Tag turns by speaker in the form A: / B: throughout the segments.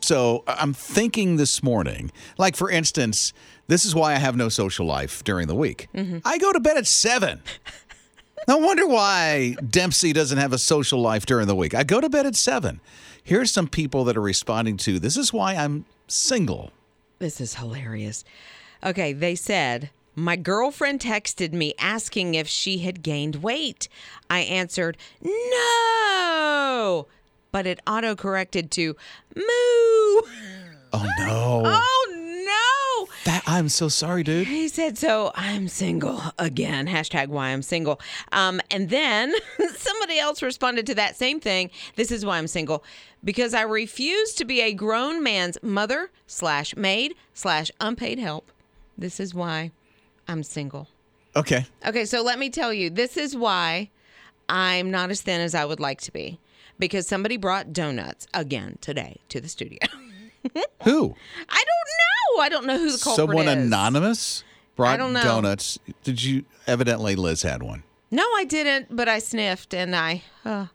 A: so I- I'm thinking this morning, like for instance, this is why I have no social life during the week. I go to bed at seven. no wonder why Dempsey doesn't have a social life during the week. I go to bed at seven. Here's some people that are responding to this is why I'm single.
B: This is hilarious. Okay, they said, My girlfriend texted me asking if she had gained weight. I answered, No, but it auto corrected to moo.
A: Oh no.
B: Oh, no.
A: That I'm so sorry, dude.
B: He said, So I'm single again. Hashtag why I'm single. Um, and then somebody else responded to that same thing. This is why I'm single because I refuse to be a grown man's mother slash maid slash unpaid help. This is why I'm single.
A: Okay.
B: Okay, so let me tell you, this is why I'm not as thin as I would like to be because somebody brought donuts again today to the studio.
A: Who?
B: I don't know. I don't know who the culprit
A: Someone
B: is.
A: anonymous brought
B: don't know.
A: donuts. Did you evidently Liz had one?
B: No, I didn't, but I sniffed and I uh,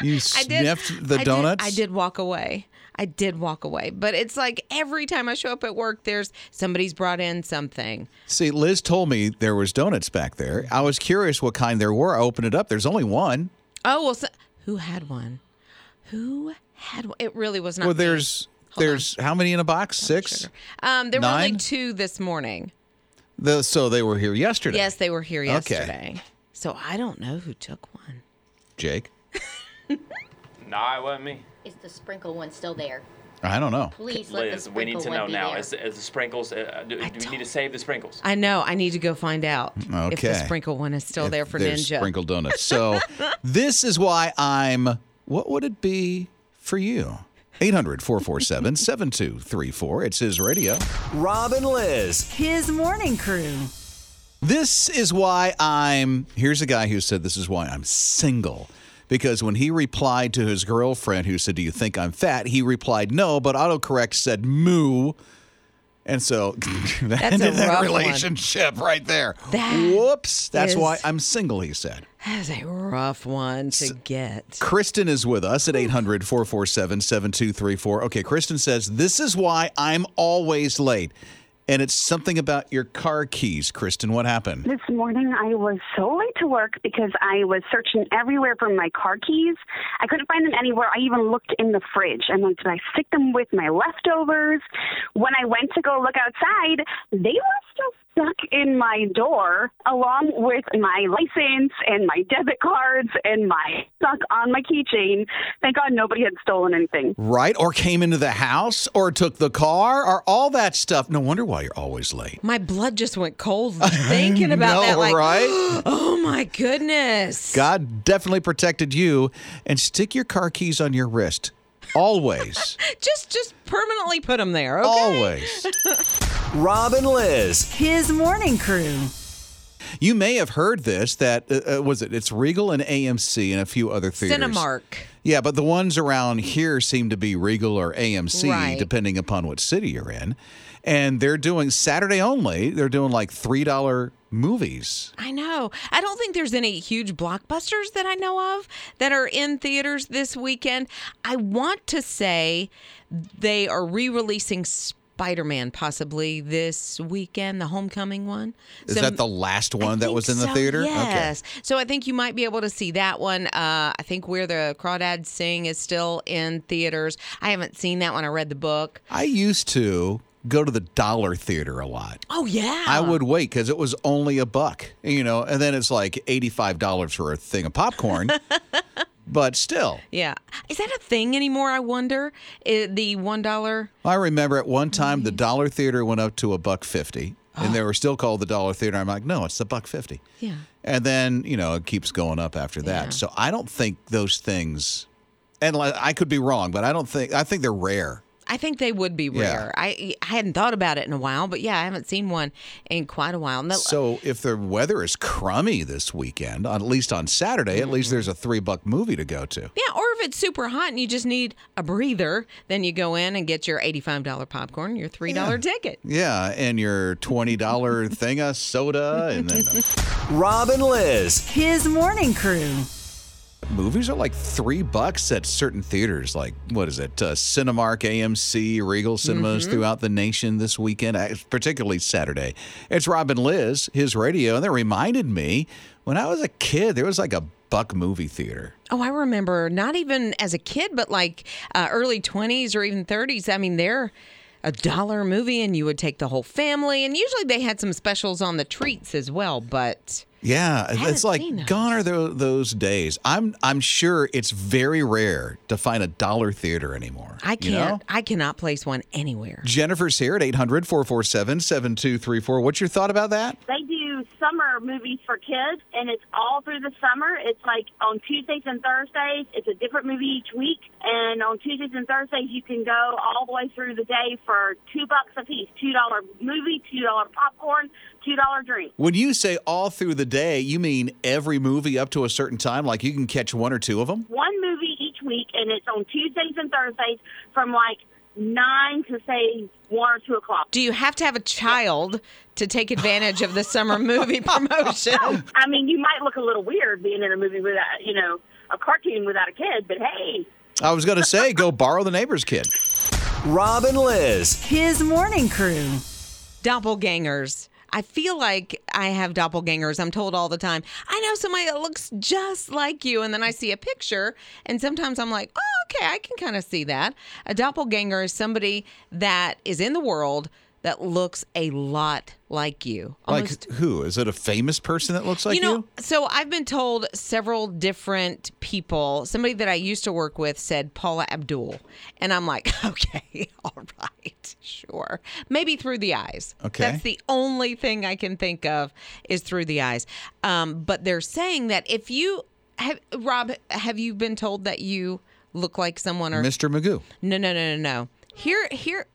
A: You
B: I did
A: sniffed the
B: I did-
A: donuts?
B: I did walk away. I did walk away, but it's like every time I show up at work, there's somebody's brought in something.
A: See, Liz told me there was donuts back there. I was curious what kind there were. I opened it up. There's only one.
B: Oh well, so, who had one? Who had one? It really was not.
A: Well,
B: me.
A: there's there's how many in a box? Six.
B: um, there were only
A: nine?
B: two this morning.
A: The, so they were here yesterday.
B: Yes, they were here
A: Okay.
B: yesterday. So I don't know who took one.
A: Jake.
C: Nah, it wasn't me.
D: Is the sprinkle one still there?
A: I don't know.
D: Please let the
C: Liz,
D: sprinkle
C: we need to
D: one
C: know
D: be
C: now.
D: there.
C: Is, is the sprinkles? Uh, do, do we need to save the sprinkles?
B: I know. I need to go find out if the
A: Okay.
B: sprinkle one is still there for
A: There's
B: Ninja.
A: Sprinkled donuts. So this is why I'm. What would it be for you? 800 447 7234. It's his radio.
E: Rob and Liz.
F: His morning crew.
A: This is why I'm. Here's a guy who said, This is why I'm single. Because when he replied to his girlfriend who said, Do you think I'm fat? He replied, No, but autocorrect said, Moo. And so that ended
B: a
A: that
B: rough one.
A: relationship right there.
B: That
A: Whoops. That's
B: is-
A: why I'm single, he said.
B: That's a rough one to get.
A: Kristen is with us at 800 447 7234. Okay, Kristen says, This is why I'm always late. And it's something about your car keys, Kristen. What happened?
G: This morning I was so late to work because I was searching everywhere for my car keys. I couldn't find them anywhere. I even looked in the fridge. I'm like, did I stick them with my leftovers? When I went to go look outside, they were still stuck in my door along with my license and my debit cards and my stuck on my keychain. Thank God nobody had stolen anything.
A: Right? Or came into the house or took the car or all that stuff. No wonder why you're always late.
B: My blood just went cold thinking about
A: no,
B: that. Like,
A: right?
B: oh my goodness.
A: God definitely protected you. And stick your car keys on your wrist. Always.
B: Just just permanently put them there. Okay.
A: Always.
E: Rob and Liz.
F: His morning crew.
A: You may have heard this that, uh, uh, was it? It's Regal and AMC and a few other theaters.
B: Cinemark.
A: Yeah, but the ones around here seem to be Regal or AMC,
B: Right.
A: depending upon what city you're in. And they're doing Saturday only, they're doing like $3 movies.
B: I know. I don't think there's any huge blockbusters that I know of that are in theaters this weekend. I want to say they are re-releasing Spider-Man possibly this weekend, the Homecoming one.
A: Is
B: So
A: that the last one that
B: think
A: was in the
B: so,
A: theater?
B: Yes. So I think you might be able to see that one. Uh, I think Where the Crawdads Sing is still in theaters. I haven't seen that one. I read the book.
A: I used to go to the dollar theater a lot.
B: Oh yeah.
A: I would wait because it was only a buck, you know, and then it's like $85 for a thing of popcorn. but still,
B: Yeah. Is that a thing anymore? I wonder. I- the one dollar.
A: I remember at one time the dollar theater went up to a buck 50 and they were still called the dollar theater. I'm like, no, it's the buck 50.
B: Yeah.
A: And then, you know, it keeps going up after that. So I don't think those things, and like, I could be wrong, but I don't think, I think they're rare.
B: I think they would be
A: Yeah.
B: rare. I I hadn't thought about it in a while, but yeah, I haven't seen one in quite a while. No,
A: So if the weather is crummy this weekend, at least on Saturday, at least there's a three buck movie to go to.
B: yeah, or if it's super hot and you just need a breather, then you go in and get your eighty-five dollar popcorn, your three dollar ticket.
A: Yeah, and your $20 thing of soda and then.
E: Rob and Liz.
F: His morning crew.
A: Movies are like three bucks at certain theaters, like what is it, uh, Cinemark, AMC, Regal Cinemas throughout the nation this weekend, uh, particularly Saturday. It's Robin Liz, his radio, and that reminded me when I was a kid, there was like a buck movie theater.
B: Oh, I remember not even as a kid, but like uh, early 20s or even 30s. I mean, they're a dollar movie and you would take the whole family. And usually they had some specials on the treats as well, but
A: Yeah,
B: haven't
A: it's like
B: seen those.
A: gone are tho- those days. I'm I'm sure it's very rare to find a dollar theater anymore.
B: I can't,
A: you know?
B: I cannot place one anywhere.
A: Jennifer's here at 800 447 7234. What's your thought about that?
H: They do summer movies for kids, and it's all through the summer. It's like on Tuesdays and Thursdays, it's a different movie each week. And on Tuesdays and Thursdays, you can go all the way through the day for two bucks a piece $2 movie, $2 popcorn, $2 drink.
A: When you say all through the day, you mean every movie up to a certain time? Like you can catch one or two of them?
H: One movie each week, and it's on Tuesdays and Thursdays from like 9 to say 1 or 2 o'clock.
B: Do you have to have a child to take advantage of the summer movie promotion?
H: I mean, you might look a little weird being in a movie without, you know, a cartoon without a kid, but hey.
A: I was going to say, go borrow the neighbor's kid.
E: Rob and Liz.
F: His morning crew.
B: doppelgangers. I feel like I have doppelgangers. I'm told all the time, I know somebody that looks just like you. And then I see a picture, and sometimes I'm like, oh, okay, I can kind of see that. A doppelganger is somebody that is in the world that looks a lot like you. Almost-
A: Like who? Is it a famous person that looks like you?
B: know, so I've been told several different people. Somebody that I used to work with said Paula Abdul, and I'm like, okay, all right, sure, maybe through the eyes.
A: Okay.
B: that's the only thing I can think of is through the eyes. Um, but they're saying that if you have Rob, have you been told that you look like someone or
A: Mr. Magoo.
B: no, no, no, no, no? Here, here.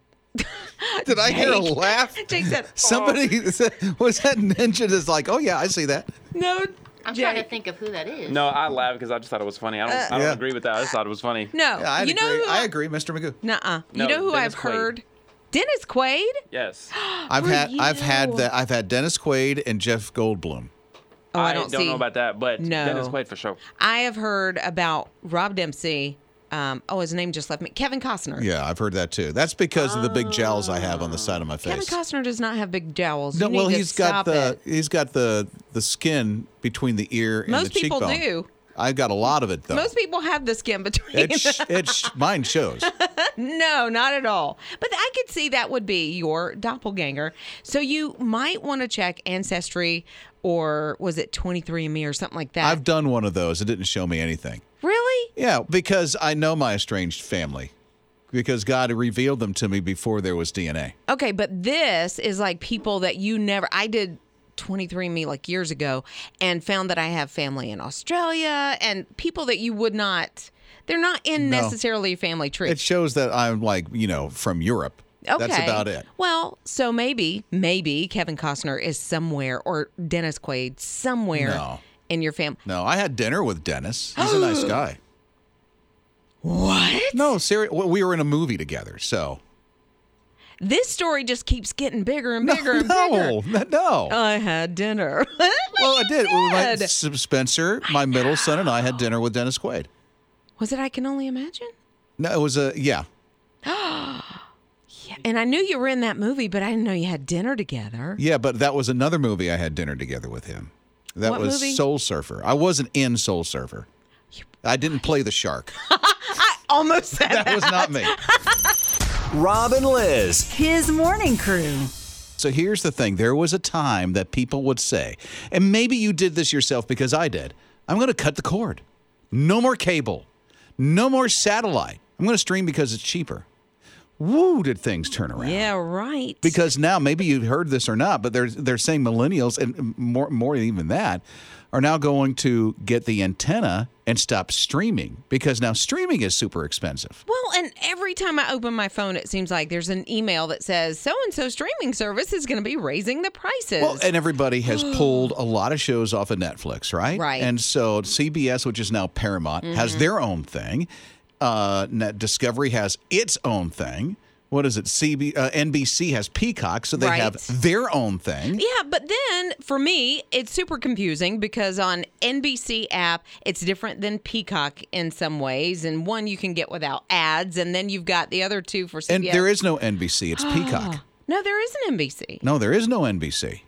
A: Did I hear a
B: Uh, Jake-
A: laugh?
B: Jake Oh. said,
A: Somebody said, was that ninja that's like, oh yeah, I see that.
B: "No,
D: I'm
B: Jake.
D: trying to think of who that is.
C: No, I laughed because I just thought it was funny. I don't, I don't
A: Yeah.
C: agree with that. I just thought it was funny.
B: no."
A: Yeah, I
B: Oh, you
A: agree.
B: know, who
A: I agree, Mr. Magoo.
B: Nuh-uh.
C: No,
B: you know who
C: Dennis
B: I've
C: Quaid.
B: heard? Dennis Quaid?
C: Yes.
A: I've had I've had that I've had Dennis Quaid and Jeff Goldblum.
B: Oh, I don't, see.
C: know about that, but
B: No.
C: Dennis Quaid for sure.
B: I have heard about Rob Dempsey. Um, oh, his name just left me. Kevin Costner.
A: Yeah, I've heard that too. That's because of the big jowls I have on the side of my
B: Kevin
A: face.
B: Costner does not have big jowls.
A: No,
B: you
A: well,
B: need to
A: he's got
B: stop
A: the
B: it.
A: he's got the the skin between the ear and
B: Most
A: the
B: people
A: cheekbone.
B: do.
A: I've got a lot of it though.
B: Most people have the skin between.
A: it's it's mine shows.
B: no, not at all. But I could see that would be your doppelganger. So you might want to check Ancestry or was it 23andMe or something like that.
A: I've done one of those. It didn't show me anything.
B: really?
A: Yeah, because I know my estranged family, because God revealed them to me before there was DNA.
B: Okay, but this is like people that you never. I did 23andMe like years ago and found that I have family in Australia and people that you would not. They're not in
A: No.
B: necessarily a family tree.
A: It shows that I'm like you know from Europe. That's about it.
B: Well, so maybe, maybe Kevin Costner is somewhere or Dennis Quaid somewhere
A: No.
B: in your family.
A: No, I had dinner with Dennis. He's a nice guy.
B: What?
A: No, serious. We were in a movie together, so
B: This story just keeps getting bigger and bigger and
A: no,
B: bigger.
A: no.
B: I had dinner.
A: Well, I did. Well, my-
B: did.
A: S- Spencer, my middle son, and I had dinner with Dennis Quaid.
B: Was it I Can Only Imagine?
A: No, it was a yeah.
B: And I knew you were in that movie, but I didn't know you had dinner together.
A: Yeah, but that was another movie I had dinner together with him. That
B: What
A: was
B: movie?
A: Soul Surfer. I wasn't in Soul Surfer. I didn't play the shark.
B: I almost said
A: That was not me.
E: Rob and Liz.
F: His morning crew.
A: So here's the thing there was a time that people would say, and maybe you did this yourself because I did I'm going to cut the cord. No more cable. No more satellite. I'm going to stream because it's cheaper. Woo, did things turn around.
B: Yeah, right.
A: because now maybe you've heard this or not, but they're they're saying millennials and more more than even that are now going to get the antenna and stop streaming because now streaming is super expensive.
B: well, and every time I open my phone, it seems like there's an email that says so and so streaming service is going to be raising the prices.
A: Well, and everybody has pulled a lot of shows off of Netflix, right?
B: Right. Mm-hmm.
A: And so CBS, which is now Paramount, has their own thing. Uh, Net Discovery has its own thing. what is it? CB uh, NBC has Peacock, so they
B: Right.
A: have their own thing.
B: Yeah, but then for me, it's super confusing because on NBC app, it's different than Peacock in some ways. And one you can get without ads, and then you've got the other two for CBS.
A: And there is no NBC; it's Peacock.
B: Oh. no, there is an NBC.
A: No, there is no NBC.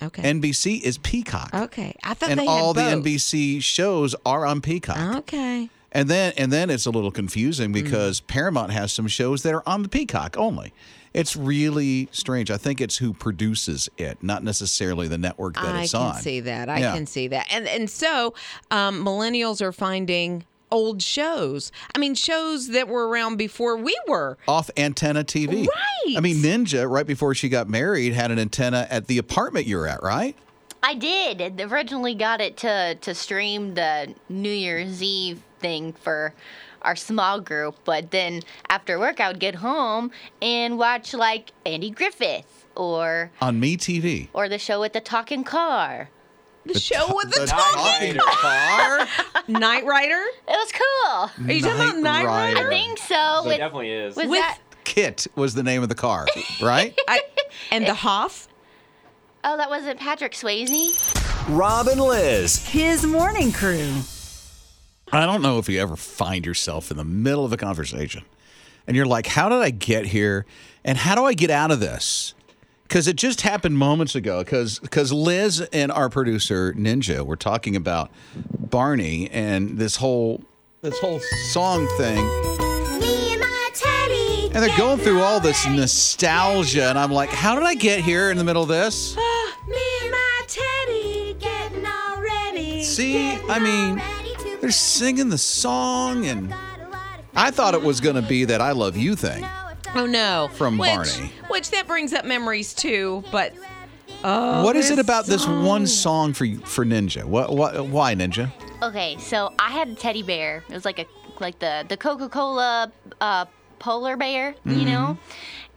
B: Okay.
A: NBC is Peacock,
B: okay. Oh, I thought
A: and
B: they
A: all the
B: had both.
A: NBC shows are on Peacock.
B: Okay.
A: And then and then it's a little
B: Mm.
A: confusing because Paramount has some shows that are on the Peacock only. It's really strange. I think it's who produces it, not necessarily the network that
B: I
A: it's
B: can
A: on.
B: see that. I
A: Yeah.
B: can see that. And and so um, millennials are finding old shows. I mean, shows that were around before we were.
A: Off antenna TV.
B: Right.
A: I mean, Ninja, right before she got married, had an antenna at the apartment you're at, right?
D: I did. It Originally got it to to stream the New Year's Eve thing for our small group, but then after work I would get home and watch like Andy Griffith or
A: On Me TV.
D: or the show with the talking car.
B: The, show with the,
A: talking car.
B: Night Rider.
D: It was cool.
B: Are you talking about Knight Rider?
D: I think so.
C: So it
D: with,
C: definitely is.
D: was
B: Mm. With-
D: that?
A: Kit was the name of the car, right?
B: I, and the Hoff.
D: Oh, that wasn't Patrick Swayze.
E: Rob and Liz.
F: His morning crew.
A: I don't know if you ever find yourself in the middle of a conversation and you're like, how did I get here? And how do I get out of this? Because it just happened moments ago. Because Liz and our producer Ninja were talking about Barney and this whole this whole song thing,
I: Me and my teddy.
A: and they're going through all this nostalgia, and I'm like, how did I get here in the middle of this?
I: Me and my teddy getting all ready.
A: See, I mean, they're singing the song, and I thought it was going to be that "I Love You" thing.
B: Oh no.
A: From
B: which,
A: Barney.
B: Which that brings up memories too. But Oh,
A: What is it about this one song for for Ninja? What, what why Ninja?
D: Okay, so I had a teddy bear. It was like a like the the Coca Cola uh, polar bear, you know.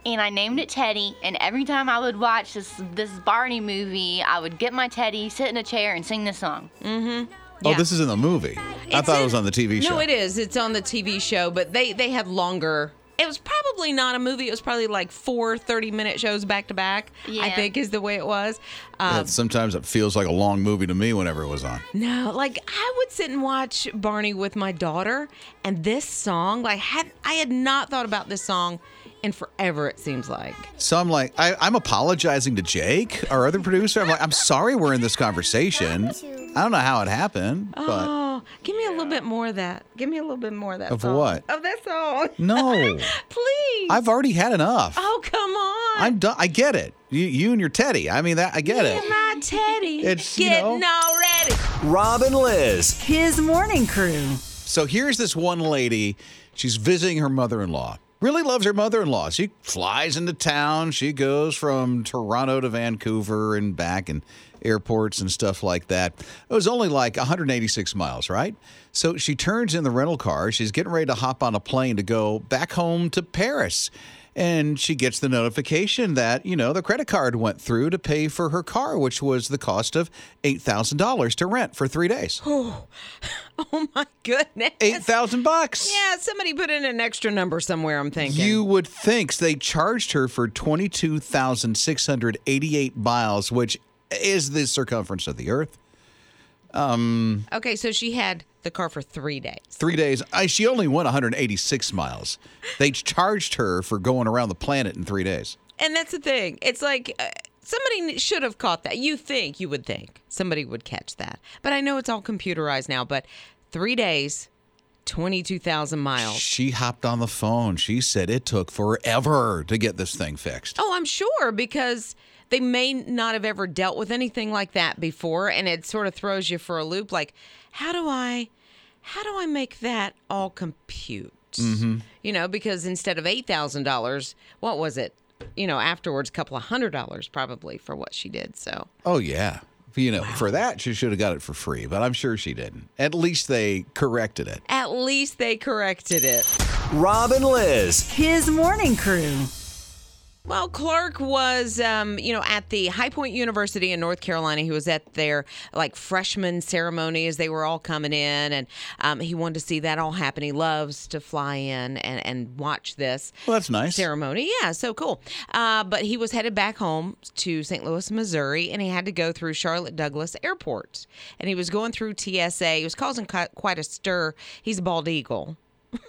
D: And I named it Teddy. And every time I would watch this this Barney movie, I would get my teddy, sit in a chair, and sing this song.
A: Oh,
B: Yeah.
A: this is in the movie. I
B: It's
A: thought it
B: in-
A: was on the TV show.
B: No, it is. It's on the TV show, but they they had longer. It was probably not a movie. It was probably like four 30 minute shows back to back, I
D: Yeah.
B: think is the way it was. Uh,
A: Yeah, sometimes it feels like a long movie to me whenever it was on.
B: No, like I would sit and watch Barney with my daughter, and this song, like, had I had not thought about this song in forever. It seems like
A: So I'm like, I, I'm apologizing to Jake, our other producer. I'm like, I'm sorry we're in this conversation. I don't know how it happened, but
B: oh, give me a little bit more of that. Give me a little bit more of that.
A: Of
B: song.
A: what?
B: Of that song,
A: no,
B: please.
A: I've already had enough.
B: oh, come on.
A: I'm done. I get it. You, you and your Teddy. I mean, that I get it.
B: Get my teddy.
A: It's, you
B: getting
A: know-
B: all ready.
E: Rob and Liz.
F: His morning crew.
A: So here's this one lady. She's visiting her mother in law. Really loves her mother in law. She flies into town. She goes from Toronto to Vancouver and back and airports and stuff like that. It was only like 186 miles, right? So she turns in the rental car. She's getting ready to hop on a plane to go back home to Paris. And she gets the notification that, you know, the credit card went through to pay for her car, which was the cost of $8,000 to rent for three days.
B: Oh my goodness.
A: 8000 bucks.
B: Yeah, somebody put in an extra number somewhere. I'm thinking.
A: You would think they charged her for 22,688 miles, which is the circumference of the earth.
B: okay, so she had the car for three days.
A: Three days. I, she only went 186 miles. They charged her for going around the planet in three days.
B: And that's the thing. It's like uh, somebody should have caught that. You think, you would think somebody would catch that. But I know it's all computerized now, but three days, 22,000 miles.
A: She hopped on the phone. She said it took forever to get this thing fixed.
B: Oh, I'm sure because they may not have ever dealt with anything like that before. And it sort of throws you for a loop. Like, how do I, how do I make that all compute? You know, because instead of $8,000, what was it? You know, afterwards, a couple of hundred dollars probably for what she did. So.
A: Oh, yeah. You know, for that, she should have got it for free, but I'm sure she didn't. At least they corrected it.
B: At least they corrected it.
E: Rob and Liz.
F: His morning crew.
B: Well, Clark was, um, you know, at the High Point University in North Carolina. He was at their like freshman ceremony as they were all coming in, and um, he wanted to see that all happen. He loves to fly in and, and watch this
A: Well, that's nice.
B: ceremony. Yeah, so cool. Uh, but he was headed back home to St. Louis, Missouri, and he had to go through Charlotte Douglas Airport. And he was going through TSA. He was causing qui- quite a stir. He's a bald eagle.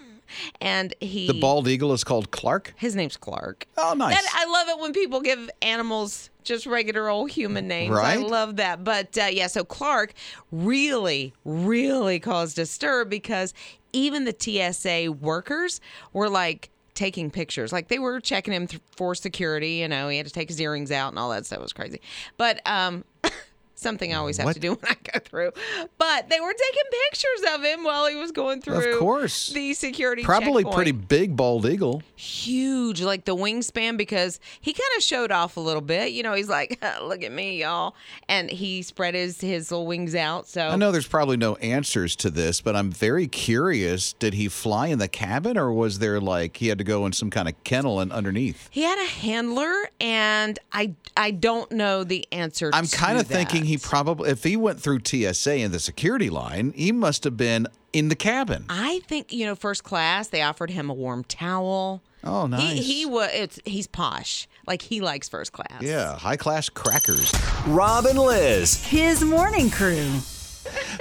B: and he.
A: The bald eagle is called Clark.
B: His name's Clark.
A: Oh, nice.
B: That, I love it when people give animals just regular old human names. I
A: Right?
B: love that. But uh, yeah, so Clark really, really caused a stir because even the TSA workers were like taking pictures. Like they were checking him th- for security. You know, he had to take his earrings out and all that stuff. It was crazy. But, um,. Something I always have
A: What?
B: to do when I go through, but they were taking pictures of him while he was going through.
A: course.
B: the security
A: Probably
B: checkpoint
A: pretty big bald eagle.
B: huge, like the wingspan, because he kind of showed off a little bit. You know, he's like, look at me, y'all. And he spread his, his little wings out. So
A: I know there's probably no answers to this, but I'm very curious. Did he fly in the cabin or was there like he had to go in some kind of kennel and underneath?
B: he had a handler, and I I don't know the answer
A: I'm
B: to
A: kind of thinking he
B: that.
A: probably, if he went through TSA in the security line, he must have been in the cabin.
B: I think you know, first class. They offered him a warm towel.
A: Oh, nice.
B: He, he was. It's he's posh. Like he likes first class.
A: yeah, high class crackers.
E: Rob and Liz.
F: His morning crew.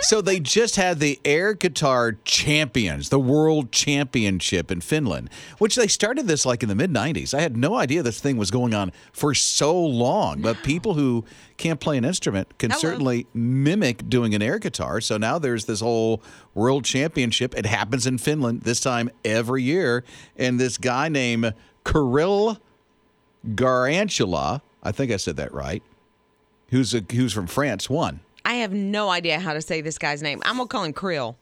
A: so they just had the air guitar champions, the world championship in Finland, which they started this like in the mid 90s. I had no idea this thing was going on for so long, but people who can't play an instrument can
B: Hello.
A: certainly mimic doing an air guitar. So now there's this whole world championship. It happens in Finland this time every year. And this guy named Kirill Garantula, I think I said that right, who's, a, who's from France, won.
B: I have no idea how to say this guy's name. I'm gonna call him Krill.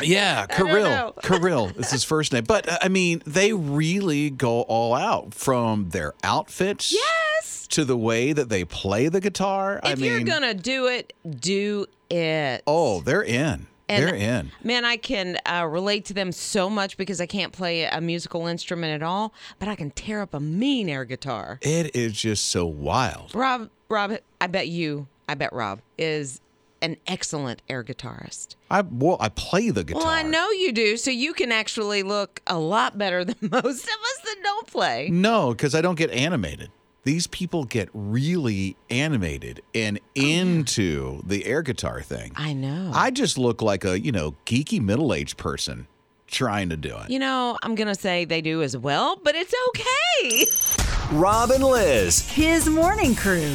A: Yeah,
B: know.
A: Kirill. Kirill is his first name. But uh, I mean, they really go all out from their outfits
B: Yes.
A: to the way that they play the guitar. I
B: if
A: mean,
B: you're gonna do it, do it.
A: oh, they're in.
B: And-
A: they're in.
B: Man, I can uh, relate to them so much because I can't play a musical instrument at all, but I can tear up a mean air guitar.
A: It is just so wild.
B: Rob, Rob, I bet you, I bet Rob is an excellent air guitarist.
A: I well, I play the guitar.
B: Well, I know you do, so you can actually look a lot better than most of us that don't play.
A: No, because I don't get animated. These people get really animated and into the air guitar thing.
B: Oh, I know.
A: I just look like a you know geeky middle aged person trying to do it.
B: you know, I'm gonna say they do as well, but it's okay.
E: Rob and Liz.
F: His morning crew.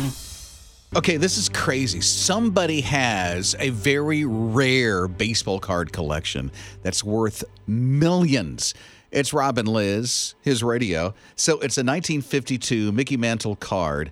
A: Okay, this is crazy. Somebody has a very rare baseball card collection that's worth millions. It's Robin Liz, his radio. So it's a 1952 Mickey Mantle card,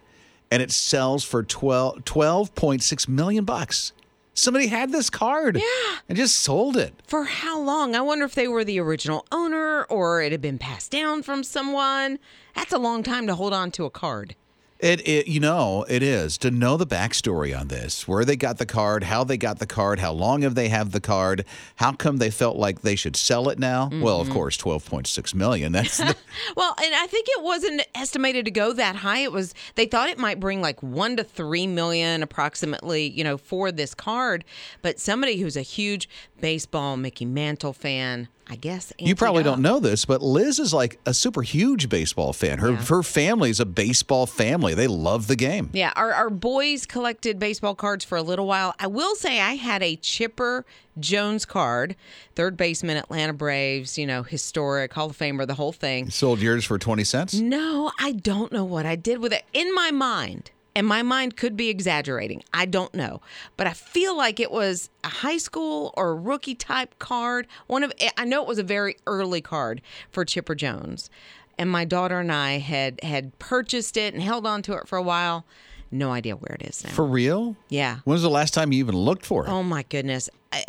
A: and it sells for 12, 12.6 million bucks. Somebody had this card yeah. and just sold it.
B: For how long? I wonder if they were the original owner or it had been passed down from someone. That's a long time to hold on to a card.
A: It, it, you know, it is to know the backstory on this, where they got the card, how they got the card, how long have they have the card, how come they felt like they should sell it now? Well,
B: Mm-hmm.
A: of course, twelve point six million. That's the,
B: Well, and I think it wasn't estimated to go that high. It was they thought it might bring like 1 to 3 million approximately, you know, for this card, but somebody who's a huge baseball Mickey Mantle fan, I guess.
A: you probably
B: anteed up.
A: don't know this, but Liz is like a super huge baseball fan. Her her family is a baseball family. They love the game.
B: Yeah, our, our boys collected baseball cards for a little while. I will say I had a Chipper Jones card, third baseman, Atlanta Braves, you know, historic, Hall of Famer, the whole thing.
A: Sold yours for twenty
B: Mm.
A: cents.
B: No, I don't know what I did with it in my mind. And my mind could be exaggerating. I don't know. But I feel like it was a high school or rookie type card. One of I know it was a very early card for Chipper Jones. And my daughter and I had had purchased it and held on to it for a while. No idea where it is now.
A: For real?
B: Yeah.
A: When was the last time you even looked for it?
B: Oh my goodness. I-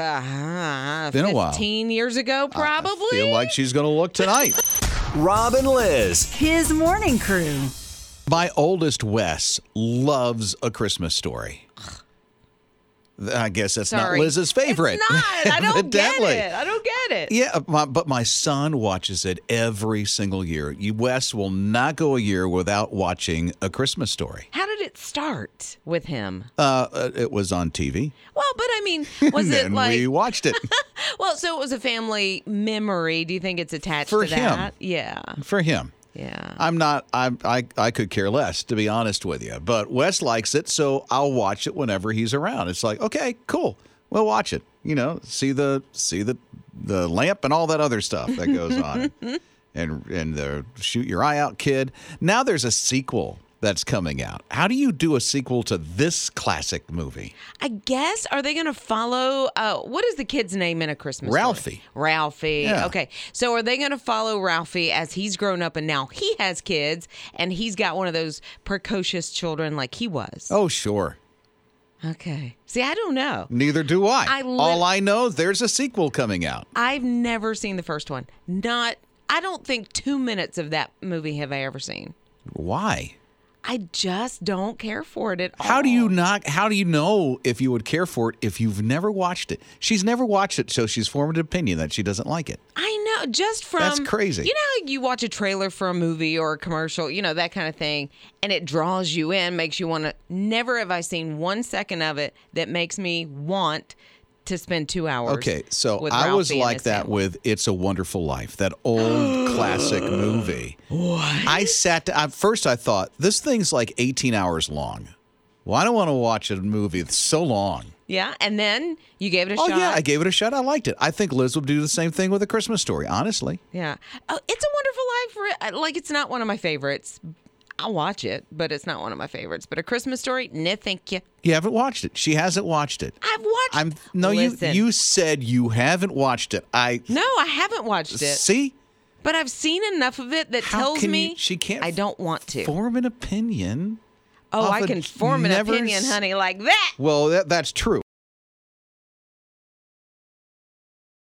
B: I-
A: Been a while.
B: 15 years ago, probably.
A: I feel like she's going to look tonight.
E: Rob and Liz.
F: His morning crew.
A: My oldest Wes loves a Christmas story. I guess that's
B: Sorry.
A: not Liz's favorite.
B: It's not. I don't get
A: Evidently.
B: it. I don't get it.
A: Yeah, my, but my son watches it every single year. You Wes will not go a year without watching A Christmas Story.
B: How did it start with him?
A: Uh, uh, it was on TV,
B: Well, but I mean, was it
A: and
B: like
A: we watched it
B: well? So it was a family memory. Do you think it's attached
A: For
B: to that?
A: him. Uh,
B: Yeah,
A: for him.
B: yeah.
A: I'm not. I'm, I I could care less, to be honest with you. But Wes likes it, so I'll watch it whenever he's around. It's like, okay, cool. We'll watch it. You know, see the see the the lamp and all that other stuff that goes on, and and the shoot your eye out kid. Now there's a sequel that's coming out. How do you do a sequel to this classic movie?
B: I guess are they going to follow? Uh, what is the kid's name in a Christmas? Story?
A: Ralphie.
B: Ralphie.
A: Yeah.
B: Okay. So are they going to follow Ralphie as he's grown up and now he has kids and he's got one of those precocious children like he was?
A: Oh, sure.
B: Okay. See, I don't know.
A: Neither do I.
B: I lit-
A: all I know is there's a sequel coming out.
B: I've never seen the first one. Not. I don't think two minutes of that movie have I ever seen.
A: Why?
B: I just don't care for it at all.
A: How do you not? How do you know if you would care for it if you've never watched it? She's never watched it, so she's formed an opinion that she doesn't like it.
B: I know. Just from
A: That's crazy.
B: You know, how you watch a trailer for a movie or a commercial, you know that kind of thing, and it draws you in, makes you want to. Never have I seen one second of it that makes me want to spend two hours.
A: Okay, so
B: with
A: I was
B: Ralphie and
A: like
B: his
A: that
B: family.
A: with "It's a Wonderful Life," that old classic movie. What? I sat. At first, I thought this thing's like 18 hours long. Well, I don't want to watch a movie that's so long.
B: Yeah, and then you gave it a
A: Oh
B: shot.
A: yeah, I gave it a shot. I liked it. I think Liz would do the same thing with a Christmas story. Honestly,
B: Yeah. Oh, it's a wonderful life. For, like, it's not one of my favorites. I'll watch it, but it's not one of my favorites. But a Christmas story, nah, thank you.
A: you haven't watched it. She hasn't watched it.
B: I've watched.
A: I'm no
B: Listen.
A: you. You said you haven't watched it. I
B: No, I haven't watched it.
A: See,
B: But I've seen enough of it that
A: How
B: tells
A: can
B: me
A: you- she can't
B: I don't want to.
A: form an opinion.
B: oh,
A: of
B: I
A: a
B: can form an
A: never
B: opinion,
A: s-
B: honey, like that.
A: Well, that, that's true.